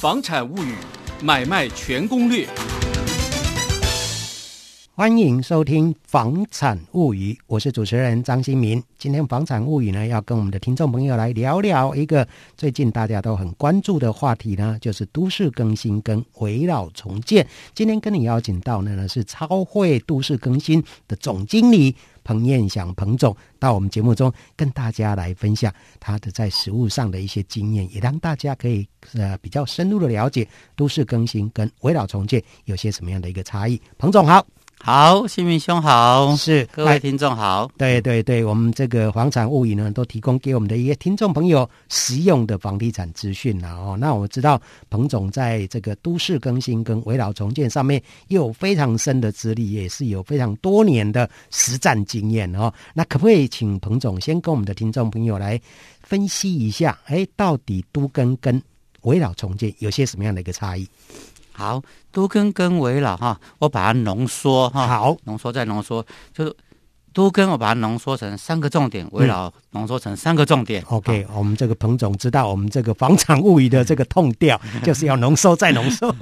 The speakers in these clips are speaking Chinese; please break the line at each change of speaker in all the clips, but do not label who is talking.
房产物语》买卖全攻略。
欢迎收听《房产物语》，我是主持人张新民。今天《房产物语》呢，要跟我们的听众朋友来聊聊一个最近大家都很关注的话题呢，就是都市更新跟围绕重建。今天跟你邀请到的呢是超会都市更新的总经理彭彦祥彭总到我们节目中跟大家来分享他的在实务上的一些经验，也让大家可以呃比较深入的了解都市更新跟围绕重建有些什么样的一个差异。彭总好。
好，新民兄好，
是
各
来
位听众好。
对对对，我们这个房产物语呢，都提供给我们的一些听众朋友实用的房地产资讯啦、哦。那我知道彭总在这个都市更新跟围绕重建上面也有非常深的资历，也是有非常多年的实战经验哦。那可不可以请彭总先跟我们的听众朋友来分析一下？哎，到底都更跟围绕重建有些什么样的一个差异？
好，都跟跟围绕哈，我把它浓缩哈，
好，
浓缩再浓缩，就是都跟我把它浓缩成三个重点，围绕浓缩成三个重点。
嗯 OK，我们这个彭总知道我们这个房产物语的这个痛调，
嗯
就是要浓缩再浓缩。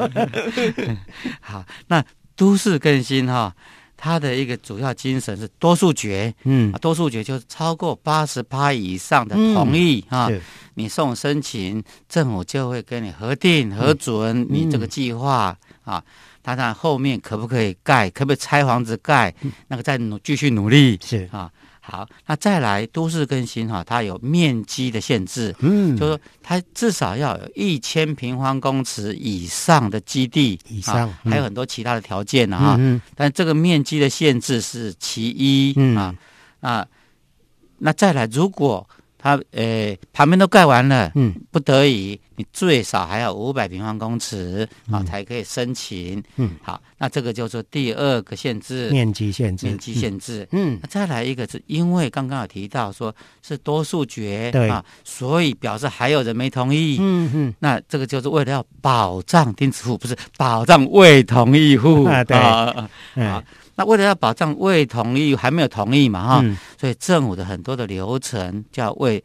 好，好那都市更新哈，它的一个主要精神是多数决，
嗯
啊，多数决就是超过八十趴以上的同意啊，
是
你送申请，政府就会跟你核
嗯
定、核准你这个计划、啊。当然，后面可不可以盖，可不可以拆房子盖，
嗯
那个再努继续努力
是，
啊。好，那再来都市更新哈、它有面积的限制，
嗯，
就是说它至少要有一千平方公尺以上的基地，
以上
啊
嗯
还有很多其他的条件呢、啊、哈、
嗯
但这个面积的限制是其一、
嗯
啊啊。那再来，如果它呃旁边都盖完了，
嗯
不得已你最少还要五百平方公尺啊、
嗯
才可以申请。
嗯，
好，那这个就是第二个限制，
面积限制，
面积限制。
嗯，
那再来一个是因为刚刚有提到说是多数决
对
啊，所以表示还有人没同意。
嗯嗯
那这个就是为了要保障钉子户，不是保障未同意户
啊对
啊
嗯，
啊那为了要保障未同意还没有同意嘛哈，
嗯
所以政府的很多的流程叫为，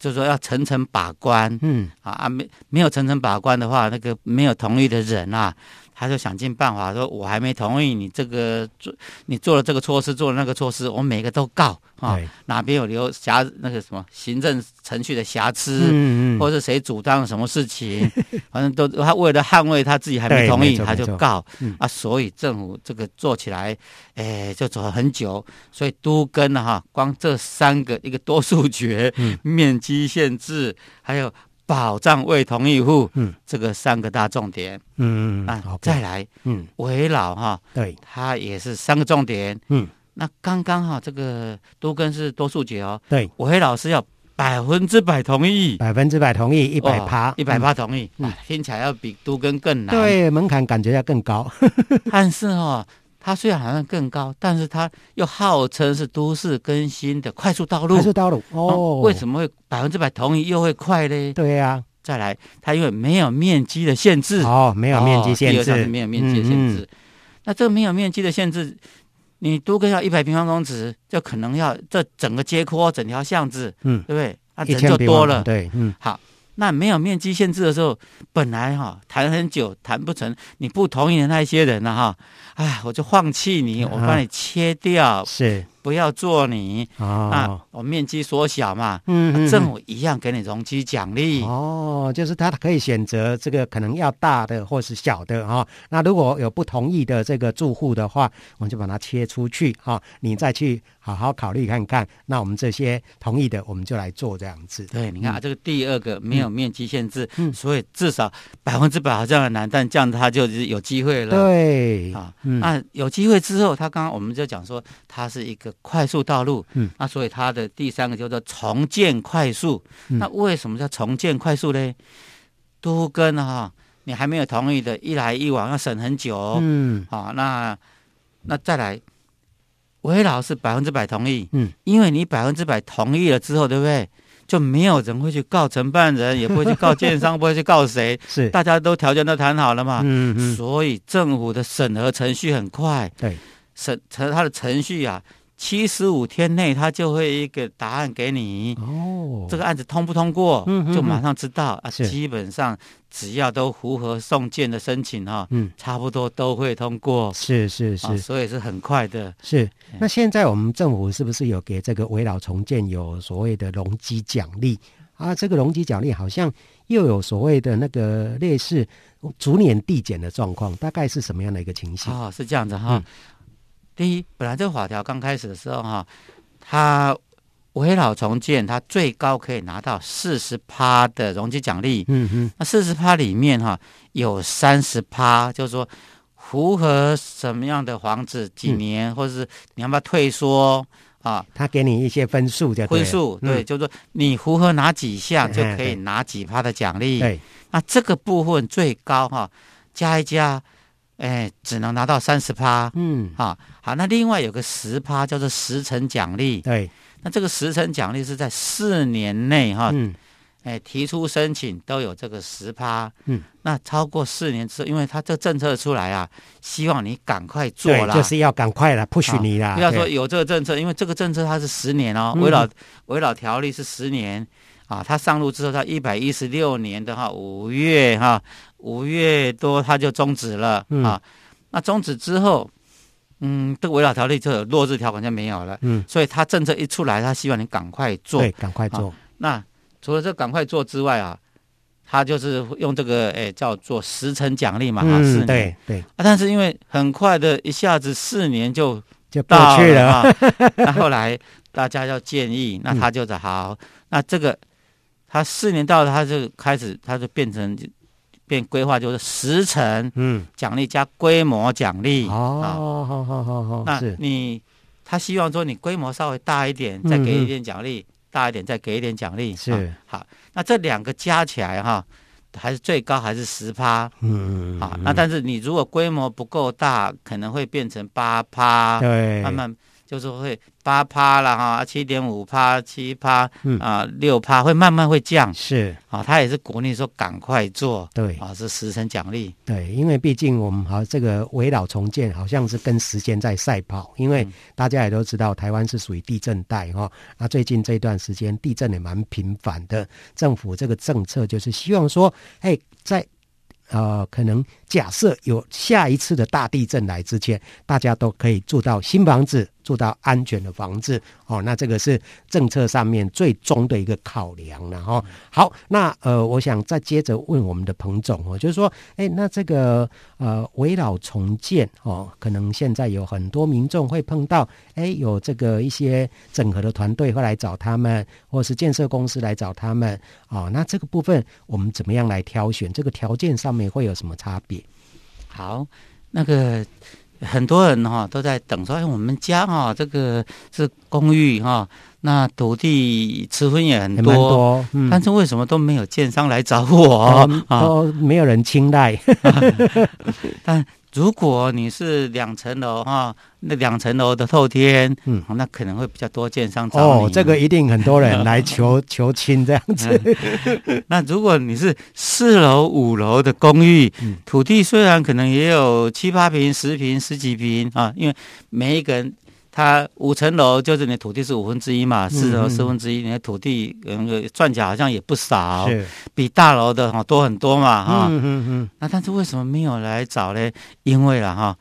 就是说要层层把关
嗯
啊啊，没没有层层把关的话，那个没有同意的人啊，他就想尽办法说，我还没同意你这个做，你做了这个措施，做了那个措施，我每个都告啊，
对，
哪边有留瑕那个什么行政程序的瑕疵，
嗯
或是谁主张什么 事情，反正都他为了捍卫他自己还没
对
同
没
意，
错
他
没
就
错
告
嗯
啊，所以政府这个做起来，哎，就走了很久。所以都跟了哈，光这三个，一个多数决、
嗯
面积限制，还有保障未同意户，
嗯，
这个三个大重点
嗯
啊。
嗯，
再来
嗯
围绕哈，
对，
它也是三个重点。
嗯，
那刚刚哈，这个都跟是多数决哦，
对，
围绕是要百分之百同意。
百分之百同意，一百趴，
哦一百趴同意，
嗯
哇听起来要比都跟更难。，
对，门槛感觉要更高，
但是哦，它虽然好像更高，但是它又号称是都市更新的快速道路啊
快。速道路哦，
为什
么？
么会百分之百同意又会快嘞？
对呀，
再来，它因为没有面积的限制，
哦，没
没
有面积限
第二项
制，嗯
是没有面积的限制。那这个没有面积的限制，你都跟要一百平方公尺，就可能要这整个街廓、整条巷子，
嗯
对不对？那
一
啊人
千
就多了，
对，嗯
那没有面积限制的时候，本来哈、谈很久谈不成，你不同意的那一些人呢、哈，哎，我就放弃你，
嗯
我帮你切掉，
是
不要做你。
哦
那，我面积缩小嘛，啊
嗯
政府一样给你容积奖励。
哦，就是他可以选择这个可能要大的或是小的哈、那如果有不同意的这个住户的话，我们就把它切出去哈、你再去好好考虑看看。那我们这些同意的，我们就来做这样子。
对，你看、啊，
嗯
这个第二个没有面积限制，
嗯
所以至少百分之百好像很难，但这样他就是有机会了。
对，
啊，
嗯
那有机会之后，他刚刚我们就讲说，它是一个快速道路，
嗯，
那所以它的第三个叫做重建快速。
嗯
那为什么叫重建快速呢？都跟哈、你还没有同意的，一来一往要审很久。
嗯
好、那那再来，围绕是百分之百同意，
嗯，
因为你百分之百同意了之后，对不对？就没有人会去告承办人，也不会去告建 商，不会去告谁，
是，
大家都条件都谈好了嘛。
嗯嗯
所以政府的审核程序很快，
对，
审程它的程序啊，七十五天内他就会一个答案给你。
哦，
这
个
个案子通不通过
嗯嗯，
就马上知道啊。
是
基本上只要都符合送件的申请哈，
嗯
差不多都会通过，
是是是、
啊，所以是很快的。
是。
哎
那现在我们政府是不是有给这个围绕重建有所谓的容积奖励啊？这个容积奖励好像又有所谓的那个类似逐年递减的状况，大概是什么样的一个情形？
哦，是这样子哈。
嗯
第一，本来这个法条刚开始的时候哈，它围绕重建，它最高可以拿到四十趴的容积奖励。
嗯嗯，
那四十趴里面哈、有三十趴，就是说符合什么样的房子
嗯
几年，或者是你要不要退缩啊？
他给你一些分数就对了
婚数
嗯
对，就是说你符合哪几项
嗯
就可以拿几趴的奖励。
对，
那这个部分最高哈、加一加，哎，只能拿到三十趴。
嗯
啊，好，那另外有个十趴叫做十成奖励，
对，
那这个十成奖励是在四年内哈、
嗯
哎，提出申请都有这个十趴，
嗯，
那超过四年之后，因为他这政策出来啊，希望你赶快做
对，
啦，啊
就是要赶快了，不许你啦，
不要说
对
有这个政策，因为这个政策它是十年哦，
嗯
围绕围绕条例是十年啊，它上路之后到一百一十六年的话，五月哈，五、月多它就终止了、
嗯
啊，那终止之后，嗯，这个围绕条例就有落日条款就没有了，
嗯，
所以它政策一出来，它希望你赶快做啊
对，赶快做，
那除了这赶快做之外啊，他就是用这个诶、叫做时辰奖励嘛，啊，四
嗯，
年
对对，
啊，但是因为很快的一下子四年就
就过
到
去了，嗯
啊，那后来大家要 建议，那他就说好，那这个他四年到了，他就开始他就变成变规划就是时辰
嗯，
奖励加规模奖励啊，
哦，好好好好，
那
是，
你他希望说你规模稍微大一点，再给一点奖励，大一点再给一点奖励
嗯是
啊好，那这两个加起来哈，还是最高还是十趴
嗯，
啊？那但是你如果规模不够大，可能会变成八趴，
对，
慢慢就是会八趴了哈，啊七点五趴、七趴
嗯
啊、六趴会慢慢会降
是，
啊。他也是鼓励说赶快做
对
啊，是十成奖励，
对，因为毕竟我们好这个围绕重建好像是跟时间在赛跑，因为大家也都知道台湾是属于地震带哈、哦，那最近这段时间地震也蛮频繁的，政府这个政策就是希望说，哎，在呃可能假设有下一次的大地震来之前，大家都可以住到新房子，住到安全的房子哦。那这个是政策上面最终的一个考量了哈、哦。
嗯
好，那呃，我想再接着问我们的彭总哦，就是说，哎，那这个呃围绕重建哦，可能现在有很多民众会碰到，哎，有这个一些整合的团队会来找他们，或是建设公司来找他们哦。那这个部分我们怎么样来挑选？这个条件上面会有什么差别？
好，那个很多人哈、都在等说，哎，我们家哈、这个是公寓哈、那土地持分也很
还
多，
蛮多，嗯
但是为什么都没有建商来找我、
嗯
啊？
都没有人青睐，
但如果你是两层楼哈，那两层楼的透天，
嗯
嗯，那可能会比较多建商找你。
哦，这个一定很多人来求求亲这样子，
那如果你是四楼、五楼的公寓，
嗯
土地虽然可能也有七八平、十平、十几平啊，因为每一个人他五层楼就是你的土地是五分之一嘛，四楼
嗯
四分之一，你的土地嗯赚起来好像也不少，
是，
比大楼的哈多很多嘛哈。
嗯嗯嗯，
那但是为什么没有来找呢？因为了哈。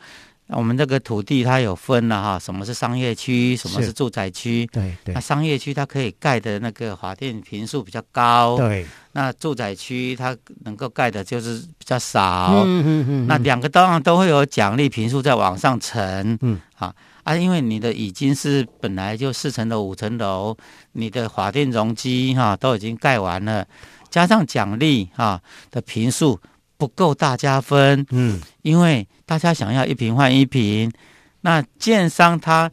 我们这个土地它有分了哈，什么是商业区，什么
是
是住宅区。
对对
那商业区它可以盖的那个法定频数比较高，
对，
那住宅区它能够盖的就是比较少。
嗯嗯嗯，
那两个当然都会有奖励频数在往上乘，
嗯
啊啊，因为你的已经是本来就四层楼、五层楼，你的法定容积哈、都已经盖完了，加上奖励哈、的频数不够大家分，
嗯
因为大家想要一瓶换一瓶，那建商他，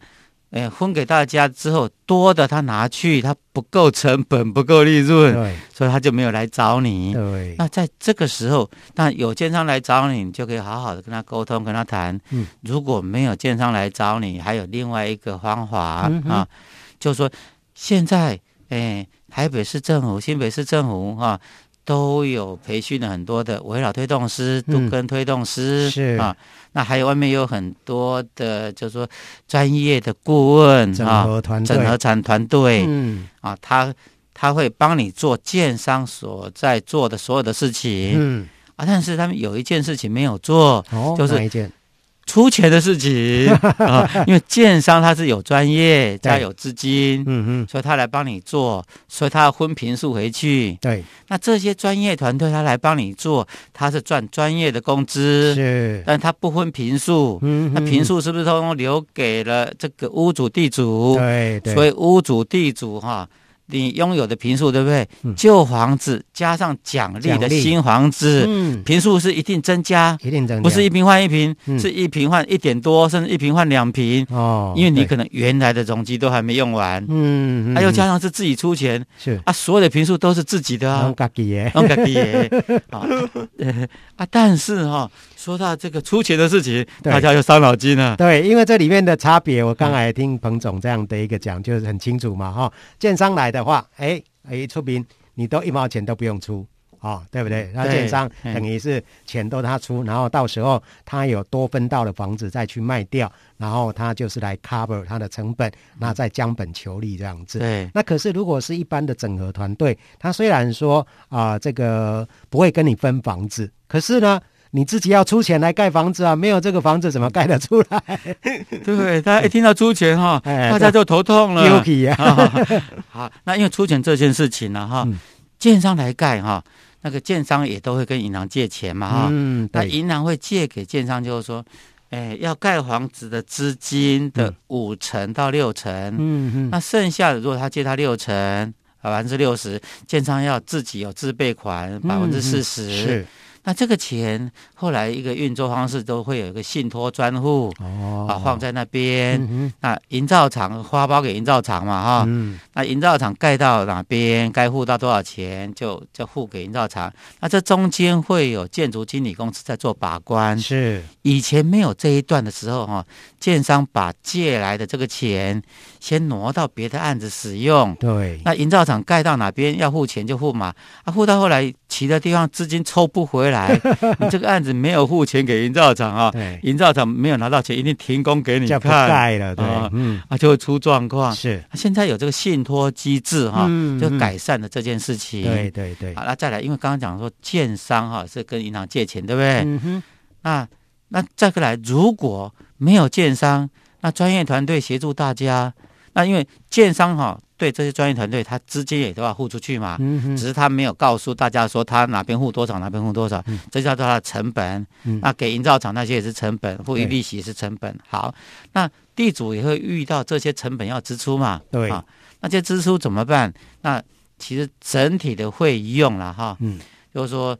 呃，分给大家之后多的他拿去，他不够成本，不够利润，
对
所以他就没有来找
네.
你。
对，
那在这个时候，那有建商来找你，你就可以好好的跟他沟通，跟他谈。
嗯，
如果没有建商来找你，还有另外一个方法、
嗯哼
啊，就是说现在，哎、台北市政府、新北市政府啊，都有培训了很多的围绕推动师、
嗯
杜根推动师、
是
啊，那还有外面有很多的，就是说专业的顾问
整
啊，
合团队，
整合产团队、
嗯
啊，他他会帮你做建商所在做的所有的事情、
嗯，
啊，但是他们有一件事情没有做，
哦，
就是
哪一件？
出钱的事情 啊，因为建商他是有专业加有资金，
嗯嗯，
所以他来帮你做，所以他要分平数回去。
对，
那这些专业团队他来帮你做，他是赚专业的工资，
是，
但他不分平数。
嗯，
那
嗯
平数是不是通通留给了这个屋主地主？
对对，
所
以
以屋主地主哈、你拥有的平数对不对？
嗯
旧房子加上奖励
奖
的
励
新房子，
嗯，
平数是一定增加，
一定增加，
不是一平换一平，
嗯
是一平换一点多，甚至一平换两平，
哦，
因为你
对
可能原来的容积都还没用完，
嗯，
啊，又加
嗯
上是自己出钱
是
啊，所有的平数都是自己的啊
弄。家己的，
弄个 地耶啊 呃啊！但是哈、说到这个出钱的事情，
对
大家又伤脑筋 了。
对，因为这里面的差别，我刚才听彭总这样的一个讲，就是很清楚嘛，哈、建商来的话，哎哎，出品你都一毛钱都不用出。哦，对不对？那
对
建商
嗯
等于是钱都他出，然后到时候他有多分到的房子再去卖掉，然后他就是来 cover 他的成本，那再将本求利这样子。
对，
那可是如果是一般的整合团队，他虽然说啊、这个不会跟你分房子，可是呢，你自己要出钱来盖房子啊，没有这个房子怎么盖得出来
对，大家一听到出钱哈、
哎
大家就头痛了。
？Yuki 啊，
啊， 好，那因为出钱这件事情呢，哈、
嗯
建商来盖哈、那个建商也都会跟银行借钱嘛，哈、
嗯，
啊那
对，
银行会借给建商，就是说，哎，要盖房子的资金的
嗯
五成到六成，
嗯嗯，
那剩下的如果他借他六成，百分之六十，建商要自己有自备款百分之四十，
嗯是
那这个钱后来一个运作方式都会有一个信托专户。
哦，
啊，放在那边，啊
嗯
那营造厂花包给营造厂嘛，哈、
嗯嗯，
那营造厂盖到哪边，该付到多少钱，就就付给营造厂。那这中间会有建筑经理公司在做把关。
是
以前没有这一段的时候，哈，建商把借来的这个钱先挪到别的案子使用。
对，
那营造厂盖到哪边要付钱就付嘛，啊，付到后来其他地方资金抽不回来，你这个案子没有付钱给营造厂啊，
对，
营造厂没有拿到钱，一定停工给你
叫不
看，
盖了，对，
啊
嗯，
啊，就会出状况。
是
现在有这个信托机制哈、
嗯
就改啊善了这件事情。
对对对，
好，那再来，因为刚刚讲说建商哈、是跟银行借钱，对不对？
嗯哼，
那那再过来，如果没有建商，那专业团队协助大家，那因为建商哈、对这些专业团队，他资金也都要付出去嘛。
嗯哼，
啊只是他没有告诉大家说他哪边付多少，哪边付多少
嗯，
这叫做他的成本。
嗯
那给营造厂那些也是成本，付
对
利息也是成本。好，那地主也会遇到这些成本要支出嘛？
对
啊那这支出怎么办？那其实整体的会用了哈，
嗯，
就是说，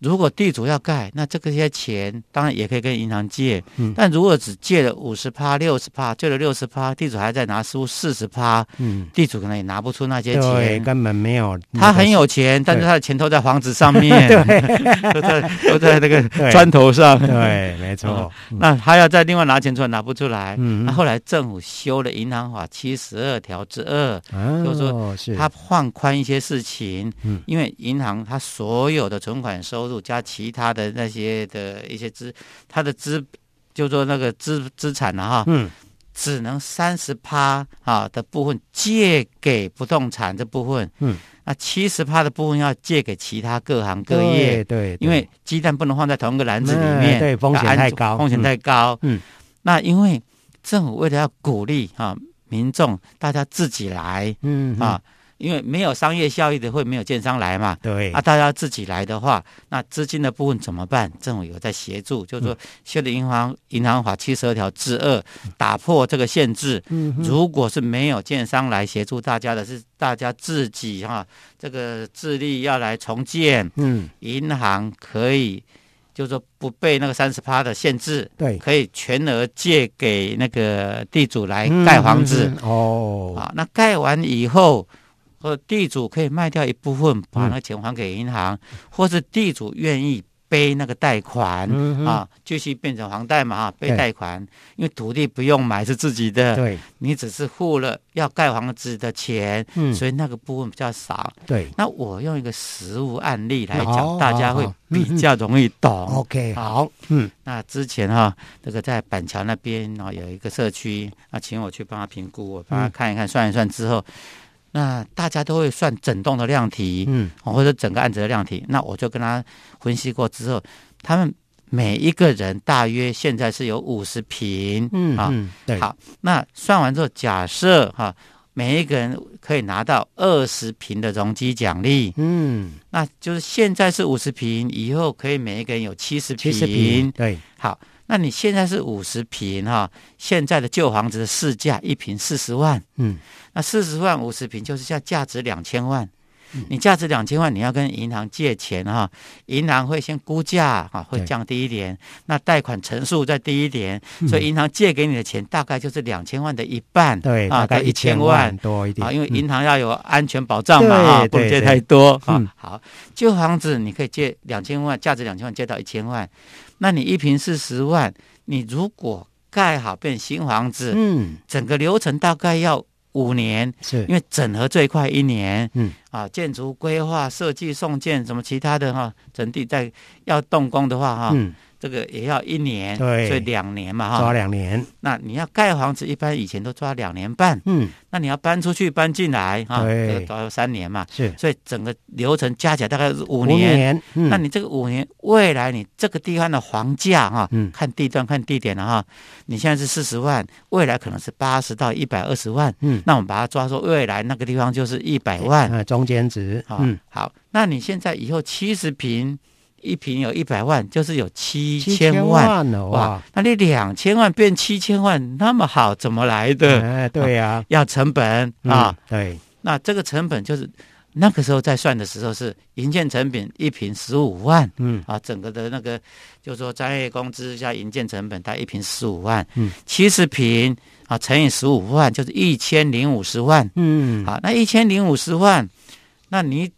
如果地主要盖，那这个些钱当然也可以跟银行借，
嗯
但如果只借了五十趴、六十趴，借了六十趴，地主还在拿出四十趴，
嗯，
地主可能也拿不出那些
对，嗯
钱。
根本没有，
他很有钱，但是他的钱都在房子 上面， 都在都在那个
对
砖头上。
对， 没错，
那他要再另外拿钱出来，拿不出来。
嗯
啊那后来政府修了《银行法》七十二条之二，
啊，
就是
说是
它放宽一些事情，
嗯
因为银行它所有的存款收入加其他的那些的一些资，它的资就说那个资资产啊哈，
嗯
只能三十趴啊的部分借给不动产这部分，
嗯，
那七十趴的部分要借给其他各行各业，
对，对
因为鸡蛋不能放在同一个篮子里面，
嗯对风险
啊
太高
风险太高，
嗯嗯
那因为政府为了要鼓励啊民众大家自己来。
嗯
啊，，因为没有商业效益的会没有建商来嘛。
对
啊，大家自己来的话，那资金的部分怎么办？政府有在协助，就是
嗯
说修的银行银行法七十二条之二，打破这个限制。
嗯哼
如果是没有建商来协助大家的，是大家自己哈、这个自力要来重建，
嗯
银行可以就是说不被那个三十趴的限制，
对，
可以全额借给那个地主来盖房子。
嗯嗯嗯哦，
啊，那盖完以后，呃或地主可以卖掉一部分，把
嗯
那个钱还给银行，或是地主愿意背那个贷款、
嗯哼
啊，就是变成房贷嘛哈，背
对
贷款，因为土地不用买是自己的，
对，
你只是付了要盖房子的钱，
嗯，
所以那个部分比较少。
对
那我用一个实物案例来
好
讲，大家会
好好嗯
比
嗯
较容易懂。
，OK，
好
好，嗯，
那之前哈、这个在板桥那边啊、有一个社区，那请我去帮他评估，我帮他
嗯
看一看、算一算之后，那大家都会算整栋的量体，
嗯，
哦或者整个案子的量体。那我就跟他分析过之后，他们每一个人大约现在是有五十平，
嗯
啊，
嗯，对，
好那算完之后，假设哈、每一个人可以拿到二十平的容积奖励，
嗯，
那就是现在是五十平，以后可以每一个人有七十
七十平，对，
好，那你现在是五十平哈，现在的旧房子的市价一平四十万，
嗯，
那四十万五十平就是价价值两千万。
嗯
你价值两千万，你要跟银行借钱哈，银行会先估价哈，会
对
降低一点，那贷款成数再低一点，所
嗯
以银行借给你的钱大概就是两千万的一半，啊
对，大概
到
一千
1000
万多一点
啊，，因为
嗯
银行要有安全保障嘛，啊，
对
不能
对
借太多
嗯
啊。好，旧房子你可以借两千万，价值两千万借到一千万，那你一平四十万，你如果盖好变新房子，
嗯，
整个流程大概要五年，
是
因，为整合最快一年，
嗯
啊，建筑规划、设计、送件什么其他的哈、整地在要动工的话哈、
嗯，
这个也要一年，
对
所以两年嘛哈、
抓两年，
那你要盖房子，一般以前都抓两年半。
嗯，
那你要搬出去、搬进来啊，
对
这个都要三年嘛，
是
所以整个流程加起来大概是五
五
年。
年，嗯，
那你这个五年，未来你这个地方的房价哈、
嗯
看地段、看地点了、哈，你现在是四十万，未来可能是八十到一百二十万，
嗯
那我们把它抓说，未来那个地方就是一百万。
啊，中间值，
好、
嗯，
好，那你现在以后七十平，一平有一百万，就是有七
7000
千万。
万了哇，，
那你两千万变七千万，那么好，怎么来的？
哎，对呀，
要成本
嗯，，
啊
对，
那这个成本就是那个时候在算的时候是营建成本一平十五万
嗯
啊，整个的那个就是说专业工资加营建成本，它一平十五万，啊
嗯，
七十平啊乘以十五万就是一千零五十万，
嗯，
好，那一千零五十万，那你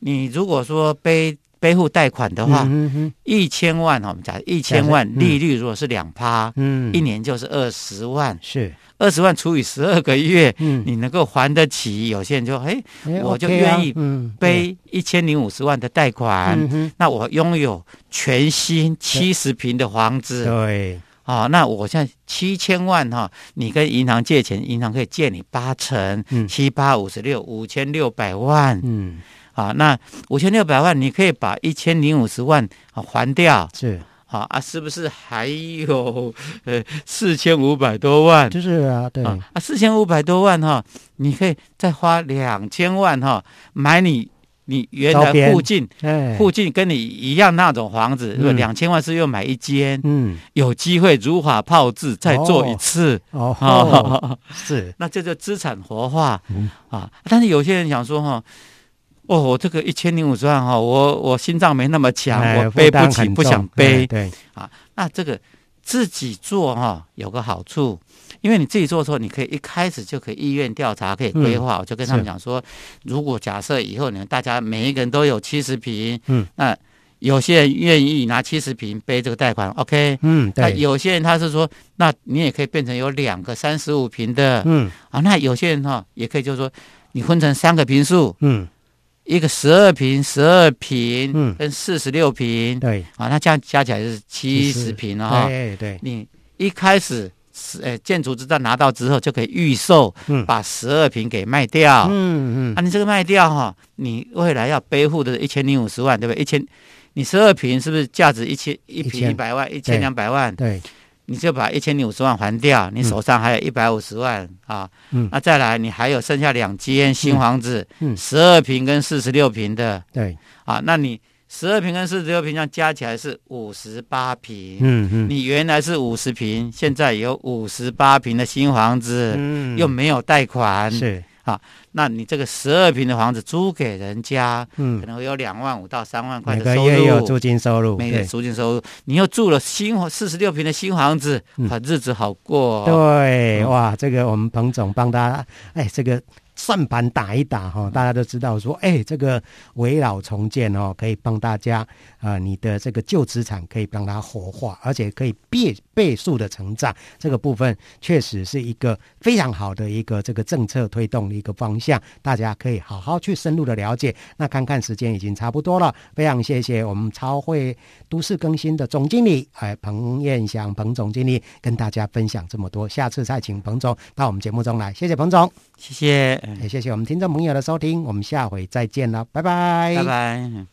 你如果说背背负贷款的话，
嗯嗯
一千万哈，我们讲一千万
嗯
利率如果是两趴，
嗯，
一年就是二十万，
是，
二十万除以十二个月。
嗯，
你能够还得起，有些人就哎
哎
我就
OK 啊
愿意
嗯
背一千零五十万的贷款，
嗯哼，
那我拥有全新七十平的房子
嗯对，
啊、那我现在七千万哈、你跟银行借钱，银行可以借你八成，
嗯
七八五十六，五千六百万
嗯，
啊、那五千六百万，你可以把一千零五十万啊还掉
是，
啊啊，是不是还有呃四千五百多万？
就是啊，对，
啊啊，四千五百多万哈、你可以再花两千万哈、买你你原
周
来
边
附近
哎，
附近跟你一样那种房子，
嗯
两千、0万是又买一间，
嗯，
有机会如法炮制再做一次
哦，
啊、
是，
那这就资产活化、
嗯
啊。但是有些人想说哈。哦，我这个一千零五十万哈，哦我我心脏没那么强，
哎
我
负
背不
担
起，
很
不想
重
背
哎。对，
那这个自己做哈、有个好处，因为你自己做的时候，你可以一开始就可以意愿调查，可以规划。我就跟他们
是
讲说，如果假设以后你们大家每一个人都有七十平，
嗯，
那有些人愿意拿七十平背这个贷款，OK。
嗯，
那
对，
有些人他是说，那你也可以变成有两个三十五平的、
嗯
啊。那有些人哈、也可以就是说，你分成三个平数，
嗯，
一个十二平、十二平，
嗯
跟四十六平，
对，
啊，那这样加起来是七
70
十哦平了哈、
对对，
你一开始是呃建筑执照拿到之后，就可以预售，
嗯
把十二平给卖掉。
嗯
啊，
嗯，
你这个卖掉哈，你未来要背负的一千零五十万，对不对？一千，你十二平是不是价值一千一平
1000
一百万、一千两百万？
对，
你就把一千零五十万还掉，你手上还有一百五十万啊。
嗯
那再来，你还有剩下两间新房子
嗯嗯，
十二平跟四十六平的
对，
啊，那你十二平跟四十六平这样加起来是五十八平。
嗯嗯，
你原来是五十平，现在有五十八平的新房子，
嗯
又没有贷款，
是，
那你这个十二平的房子租给人家，可
嗯，
能会有两万五到三万块
每
的
个
收
月有
入
租。金收入，
每月
对
租金收入，你又住了新四十六平的新房子，
嗯
哇，日子好过、哦。
对，
嗯
哇，这个我们彭总帮他，哎，这个算盘打一打
嗯
哈、大家都知道说，哎，这个围绕重建哦，可以帮大家啊、呃你的这个旧资产可以让它活化，而且可以倍倍数的成长，这个部分确实是一个非常好的一个这个政策推动的一个方向，大家可以好好去深入的了解。那看看时间已经差不多了，非常谢谢我们超会都市更新的总经理哎彭彦祥彭总经理跟大家分享这么多，下次再请彭总到我们节目中来，谢谢彭总。
谢谢，嗯
哎也谢谢我们听众朋友的收听，我们下回再见了，拜拜，
拜拜。嗯